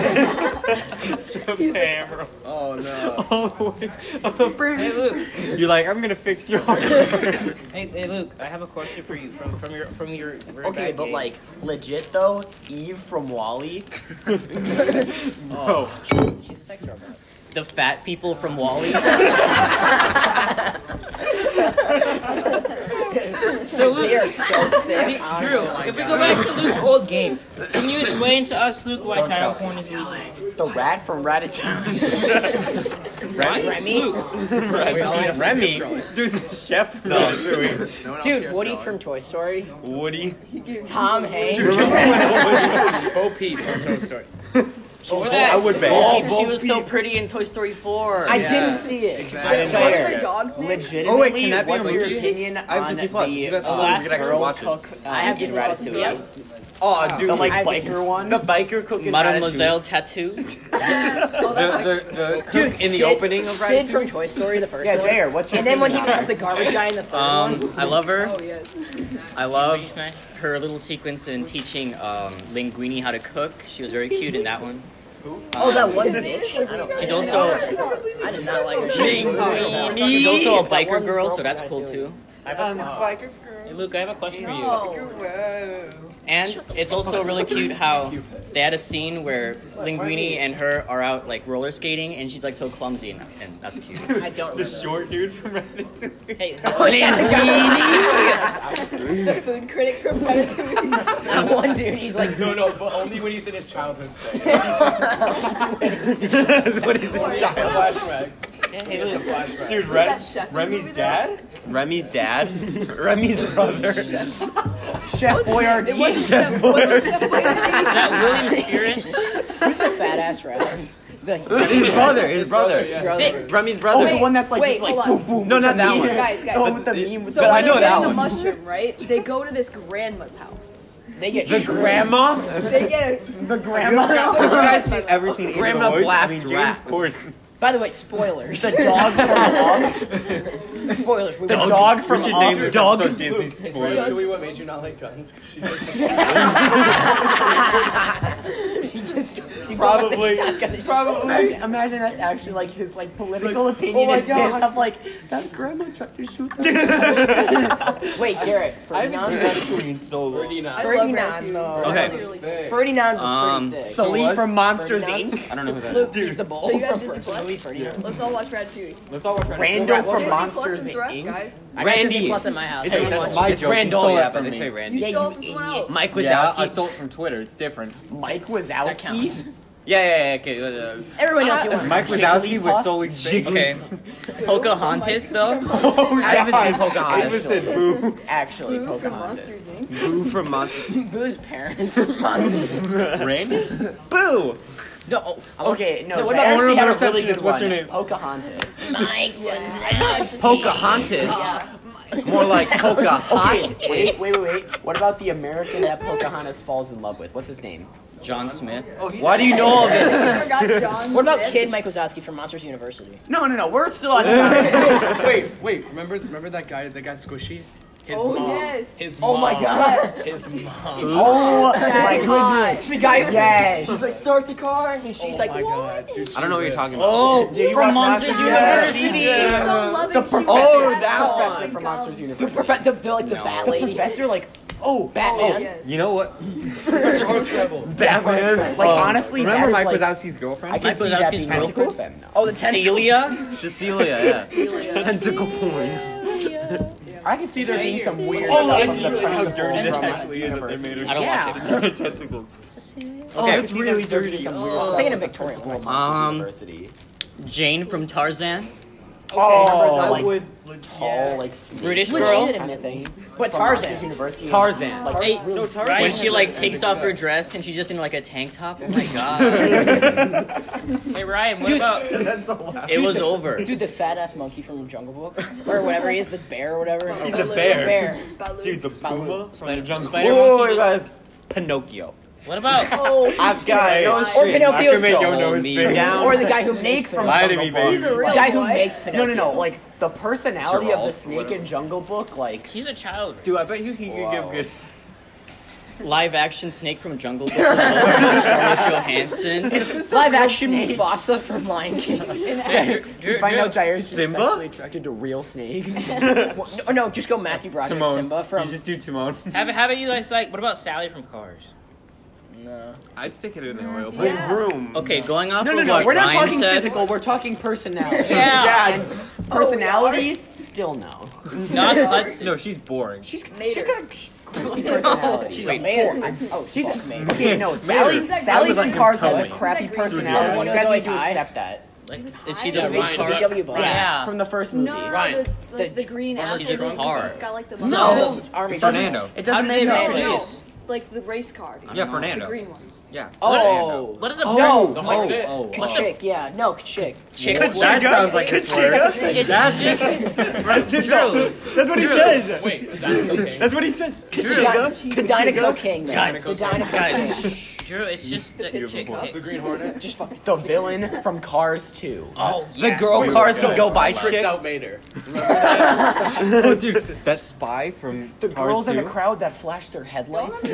Hammer.
Oh no.
all the way up.
Hey Luke.
You're like, I'm gonna fix your arm.
Hey, hey Luke. I have a question for you from from your from your. very
Okay,
bad
but
game.
like legit though, Eve from Wally.
no.
She's a sex robot.
The fat people from Wally.
So Luke,
They are so thick.
Drew, if we go back to Luke's old game, can you explain to us, Luke, why tile porn is illegal?
The rat from Ratatouille.
Remy,
Remy, dude, the chef. No, doing
dude, Woody from Toy Story,
Woody.
Tom Hanks.
Bo Peep from Toy Story.
Or
I would
Oh,
bet.
she was so pretty in Toy Story 4.
I didn't see it.
Exactly.
What was their
Jair,
dog's name?
Oh,
Oh,
Legitimately,
can that be
what's
on
your
Disney?
opinion
I have
on
Disney Plus. You
the
guys
uh,
can watch it. You can actually
girl
watch it.
cook? Uh, I have
Disney
Disney
Plus,
Ratatouille.
yes.
Oh, dude,
The like
I have
biker one.
the biker cooking.
Mademoiselle Tattoo.
Oh, that
attitude.
like-
The, the, the cook
Dude,
in the
Sid-
opening of
Sid
Ratatouille.
from Toy Story, the first
Yeah,
one.
Jair, what's your
And then when he
opinion on
becomes a garbage guy in the third one,
Um, I love her.
Oh yes.
I love her little sequence in teaching um, Linguini how to cook. She was very cute in that one.
oh, that one
Is it?
bitch. I don't.
She's also
I did not like her.
she's also a
That one
biker girl,
girl
so that's
from
cool
Ratatouille.
too.
Um,
Hey, Luke, I have a question for you.
Oh.
No.
And it's also really cute how they had a scene where Linguini and her are out like roller skating, and she's like so clumsy, and, and that's cute.
I don't. Remember.
The short dude from Ratatouille.
Hey,
Oh,
The food critic from Ratatouille.
That one dude, he's like,
No, no, but only when he's in his childhood state. what is it? Flashback.
hey Luke.
Flashback. Dude,
That chef in the
Remy's
movie,
dad? Remy's dad? Remy's brother.
Chef Boyardee.
It wasn't Chef wasn't Chef Boyardee.
Is that William Spirit?
who's the fat ass rat? The
his brother, his brother.
brother.
Remy's
Oh,
brother.
the one that's like
Wait,
just like
hold on.
boom, boom.
No, not that
with the
one.
meme.
Guys, guys.
The one with the meme. with
So
But
the-
when
I know
they're
that
getting the
one.
mushroom, right? They go to this grandma's house.
They get
The
shredded.
grandma?
They get
The grandma.
you guys seen, ever seen Into the
Grandma
Woods?
blasts
I mean, James
rap.
Corden.
By the way, spoilers. The dog from Up. Spoilers. We were
dog from
should
Oz.
name the dog.
Is Ray Chewy what made you not like guns? 'Cause she did something-
He just, he
Probably-
bought the shotgun.
probably.
Imagine, imagine that's actually like his like political
like,
opinion.
"Oh my
is
God."
based off, like that grandma tried to shoot them. Wait, Garrett.
I haven't seen
Ferdinand.
that tweet in so long.
Birdie not.
I love
Ferdinand,
Ratatouille.
though.
Okay.
Ratatouille's really good.
Ferdinand was
Um,
pretty thick.
Sully
was?
from Monsters
Ferdinand?
Inc.
I don't know who that is.
Luke, he's the bull
So you got
from
Disney
Frozen.
Plus?
Louis Ferdinand.
Let's all watch Ratatouille.
Let's all watch Ratatouille.
Randall
Rap-
from
Disney Plus
Monsters
and Dress,
Inc.
guys.
I got Disney
Randy.
Plus in my house.
It's-
I
that's
watch
my
it.
joke. You
Randall,
stole
yeah,
that
but
from
they
me.
say
You
Randy.
Yeah,
stole
you
it from someone
idiot.
else.
Mike Wazowski.
Yeah,
Yeah,
uh, I stole it from Twitter. It's different.
Mike Wazowski.
counts.
yeah, yeah, okay. uh,
Everyone else you want.
Mike Wazowski was
Jigglypuff.
solely
Okay.
jiggling.
Pocahontas, though?
Oh,
I haven't seen Pocahontas.
Ava said boo.
actually
Boo from
Pocahontas.
Monsters Inc.
Boo from Monster.
Boo's parents. are Monsters.
Randy? Boo!
No. oh, Okay. No.
No,
what
I wanna
know
about actually had
the
a really
receptionist,
good
what's her
one.
name?
Pocahontas.
Mike was
Pocahontas.
Yeah.
More like Coca
Okay, wait, wait, wait, wait. What about the American that Pocahontas falls in love with? What's his name?
John Smith.
Why do you know all this?
I forgot John.
What about
Smith.
Kid Mike Wazowski from Monsters University?
No, no, no. Oh, We're still on. John.
wait, wait. Remember, remember that guy, that guy Squishy? His
Oh,
mom.
yes.
His mom.
Oh my god.
His mom.
Oh my
That's hot.
goodness. The guy. Yes.
She's like, start the car, and she's
Oh
like,
my
what?
God, dude, she
I don't know what you're
rips.
talking about.
Oh,
Did you watch Monsters
University?
She's
Yeah.
so loving.
The
She
professor.
was
Oh,
so
that
loving.
professor from Monsters
The
University.
prof- the, they're like the bat lady.
Professor, like,
Oh,
Batman.
yes.
You know what?
Batman. Like,
Oh.
honestly, that
remember
is,
Mike
like-
Wazowski's girlfriend?
I can
Mike
see that
Wazowski's
being really good
tentacles?
then. No.
Oh, the tentacle.
Celia? Cecilia, yeah.
Tentacle porn.
I can see there being some weird
Oh,
stuff
I
from
didn't
the
realize how
principal
dirty that
from
actually is that they
University.
made her.
I don't
Yeah.
watch it.
Tentacles.
Oh,
Okay.
it's really dirty. Some
Oh.
weird stuff
Thinking of
from the
Victorian
principal of
Monsters
Monsters
Um,
University.
Jane from Tarzan.
Oh,
I
like,
would.
tall, like sneak
British girl.
Legit admit thing. But
from Monsters
Tarzan.
University.
Tarzan.
Like,
Hey,
really-
when she like takes off her dress and she's just in like a tank top. Oh my god. hey Ryan, what about?
That's a lot.
It was over.
Dude, the fat ass monkey from Jungle Book, or whatever he is, the bear or whatever.
He's
a bear.
Bear.
Baloo.
Dude, the Puma from the jungle.
Spider
Whoa,
Monkey.
you guys. Pinocchio.
What about?
Oh, he's
I've got it.
Or
I
Pinocchio's
can make
dog.
him know
Oh,
his
me.
face.
Down.
Or the guy who makes
from
Lie to me,
Jungle Book.
baby.
He's a real
The guy who
boy.
makes
No,
Pinocchio.
no, no. Like the personality of the
Giraffe,
snake in Jungle Book. Like,
He's a child.
Dude, I bet you he could give good.
Live action Snake from Jungle Book. Scarlett Johansson.
Live action Mufasa from Lion King.
you find out Jairus is
Simba?
sexually attracted to real snakes.
Well, no, no, just go Matthew Broderick
Timon.
Simba
You
from.
just do Timon.
How, about- how about you guys like? What about Sally from Cars?
No.
I'd stick it in the oil.
Yeah.
room.
Okay, going off
No, no,
of
no.
what
We're not
Ryan
talking
said,
physical. We're talking personality.
Yeah.
And s- personality, still no.
Not Hudson.
No, she's boring.
She's
Mater.
she's got a creepy personality.
She's
Wait,
a man. Oh, she's a man.
Okay, no, Sally.
He's like-
Sally
He's
from
like
Cars has a
Tommy.
crappy
He's like green.
personality.
Dude,
You
yeah.
guys need
He
to
was always
accept that.
He
Is
was high.
she the
The
Ryan?
big- the VW bus.
Yeah.
From the first movie.
No,
Ryan.
the, like, the green
Ryan.
asshole.
He's a
looking-
car.
He's got like the
No.
muscles.
Army
Fernando.
It
How
doesn't
did they
make
make
sense.
no.
this?
like the race car.
Yeah,
The
Fernando.
green one.
Yeah.
Oh.
What is a
Oh,
dog?
whole-
Like,
oh,
what's a-
Chick, yeah. No, chick.
chick.
That sounds like a slur.
It's
That's it. That's it. That's what he says.
Wait, stop. Okay.
That's what he says.
The Dynaco King, man.
Guys,
The Dynaco
guys.
King.
Drew, it's just a chick.
The Green Hornet.
Just fucking.
The villain from Cars 2.
Oh,
The girl cars would go by
Tricked out Mater.
Oh, dude, that spy from
The
Cars
girls in the
2?
crowd that flash their headlights.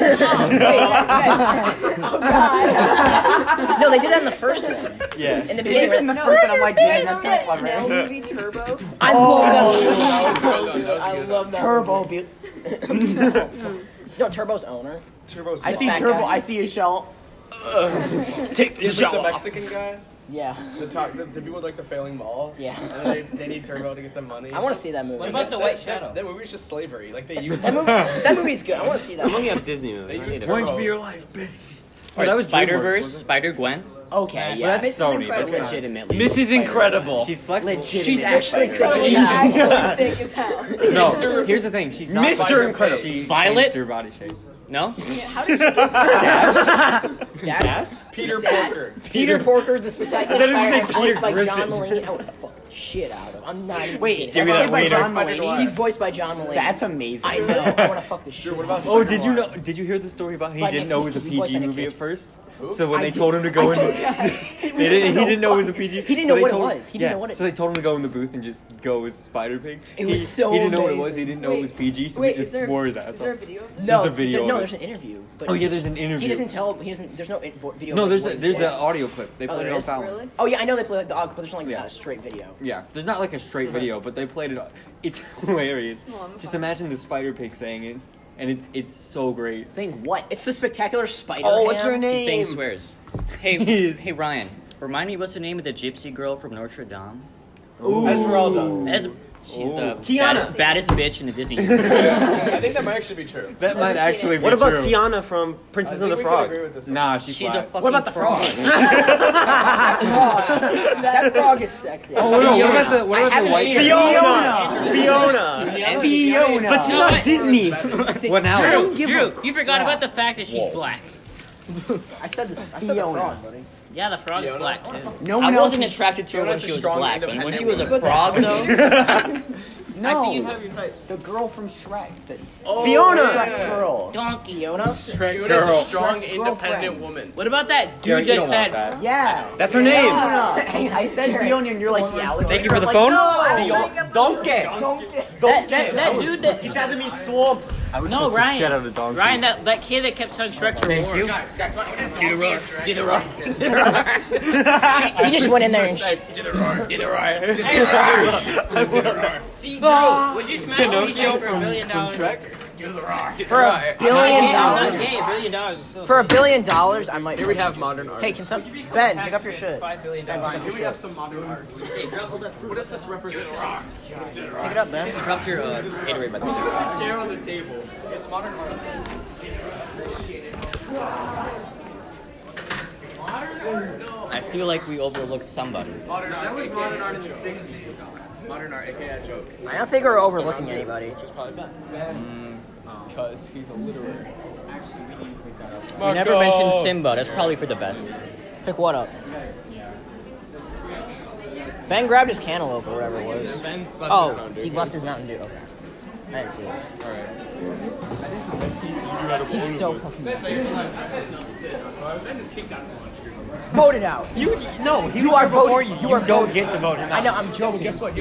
No, they did that in the first one.
Yeah.
In
They
the
did it in
beginning.
the first, and I'm like, damn, that's
Remember
kind
that
of clever.
Snell movie Turbo?
I love that.
I
I love that.
Turbo, be-
No, Turbo's owner.
Turbo's
I see
Fat
Turbo.
guy.
I see his shell.
Take the
He's like the
shower.
Mexican guy.
Yeah.
The, talk, the, the people with, like the failing mall.
Yeah.
And then they, they need Turbo to get the money.
I want to see that movie.
What about the White Shadow?
That, that movie's just slavery. Like they use.
that movie? That movie's good. I want to see that.
I'm looking up Disney
They
movies.
use
Going
Turbo.
to be your life, baby.
Or
that was
Spider
DreamWorks, wasn't
Verse,
it?
Spider Gwen.
Okay, yeah.
Mrs. Incredible.
Legitimately.
Mrs. Incredible.
She's flexible.
She's actually
Incredible.
crazy.
She's actually thick as hell.
No, here's the thing. She's not
Mr.
bi-
Incredible.
She changed
Violet?
her body shape.
No?
How did she get
Dash?
Peter Porker.
Peter Porker, the spectacular
That doesn't say
Spider-Man, voiced
Peter
by
Griffin.
John Mulaney. I would fuck the shit out of him. I'm not even
Wait,
kidding.
give me
That's
that
voiced by
wiener.
John Mulaney. He's voiced by John Mulaney.
That's amazing.
I know. I want to fuck the shit.
Drew, what
out of
about
Oh, did you
Spider-Man.
know? Did you hear the story about he
Like,
didn't know it was a
he- he was
PG
like a
movie
kid.
at first?
Who?
So when
I
they
did-
told him to go
I
in,
told
the-
that. It was
they didn't,
so
he didn't know it was a
fucking-
PG.
He didn't
so
know
they
what it
told-
was. He didn't
yeah,
know what it
So they told him to go in the booth and just go as Spider Pig.
It was
he,
so
He didn't know what it was.
amazing.
He didn't know
Wait,
it was PG, so
wait,
he just
is there,
swore his ass
Is there a
off.
video of this?
No,
There's a video
th- no,
of it.
there's an interview. But
Oh yeah, there's an interview.
He doesn't tell. He doesn't. There's no in- vo- video.
No,
of
there's
what
a,
he
there's an
voiced.
audio clip. They
Oh,
played
there
it on
is?
Fallon.
Really?
Oh yeah, I know they play like the audio, but there's like
Yeah.
not a straight video.
Yeah, there's not like a straight video, but they played it. on- It's hilarious.
No, I'm
Just
fine.
imagine the Spider Pig saying it, and it's it's so great.
Saying what? It's the spectacular spider.
Oh, what's her
He's saying
name?
swears. Hey,
Jeez.
hey Ryan, remind me what's the name of the gypsy girl from Notre Dame?
Ooh.
Esmeralda.
As, she's the
Ooh.
baddest, baddest bitch in the Disney.
I think that might actually be true.
That might
Never seen
actually
it.
be
What about
true.
Tiana from
I
Princess
think
and the
we
Frog?
Could agree with this one.
Nah, she's,
She's a
flat.
fucking
What about the frog? that frog is sexy.
Oh no! What about the what
I
about the
haven't
white?
seen it.
Fiona! Fiona!
Fiona.
Fiona.
But she's
But
not Disney!
what now?
Drew, give
Drew. a- Drew.
You forgot about the fact that she's black.
I said this. I said the
Fiona.
frog, buddy.
Yeah, the frog's
Fiona?
black too.
No
I
one
wasn't
else. is-
attracted to her when
Fiona's a
she was
strong,
black, but when she was
independent
a frog, though,
no.
your types.
the girl from Shrek. The
Fiona!
Shrek
yeah.
girl.
Donkey.
Fiona.
Fiona's a
girl.
strong,
Shrek's
independent
girlfriend.
woman.
What about that dude
you
that
don't want
said?
that.
Yeah.
That's her name!
Fiona. I said Fiona, and you're like, yeah.
Thank you for the phone? Fiona. Oh, Donkey!
That, that, that dude that.
That me swamp!
I would
No,
fuck the
Ryan.
shit out of the donkey.
Ryan, that, that kid that kept telling Shrek for war.
Guys, guys, what did Donkey interact with?
He just went in there and. Sh-
See, bro, would you smash Pinocchio for a billion dollars?
For a billion
I'm not
dollars.
gay, a billion dollars is still.
For a billion dollars, I might.
Here we have modern art.
Hey, can some Ben pick up your shit?
Five billion
Ben,
dollars.
pick
Here we
your
have
shit.
some modern art. What does this represent?
Pick it up, Ben.
dropped your uh, Gatorade by the way.
Chair on the table. It's modern art.
I feel like we overlooked somebody.
Modern art. That was modern art in the 60s. Modern art, aka a joke.
I don't think we're overlooking anybody.
Which is probably bad. Because he's a literary. Actually, we need to pick that up.
We never mentioned Simba. That's probably for the best.
Pick what up? Ben grabbed his cantaloupe or whatever it was.
Ben left his
Oh,
phone, dude.
he left his Mountain Dew. Okay. I didn't see it. He's so fucking messy.
Ben just kicked out of lunch.
Voted out.
No, he
You
was
are
here before
voting.
you.
You are
don't
voting.
get to vote.
I know, I'm joking.
Guess what?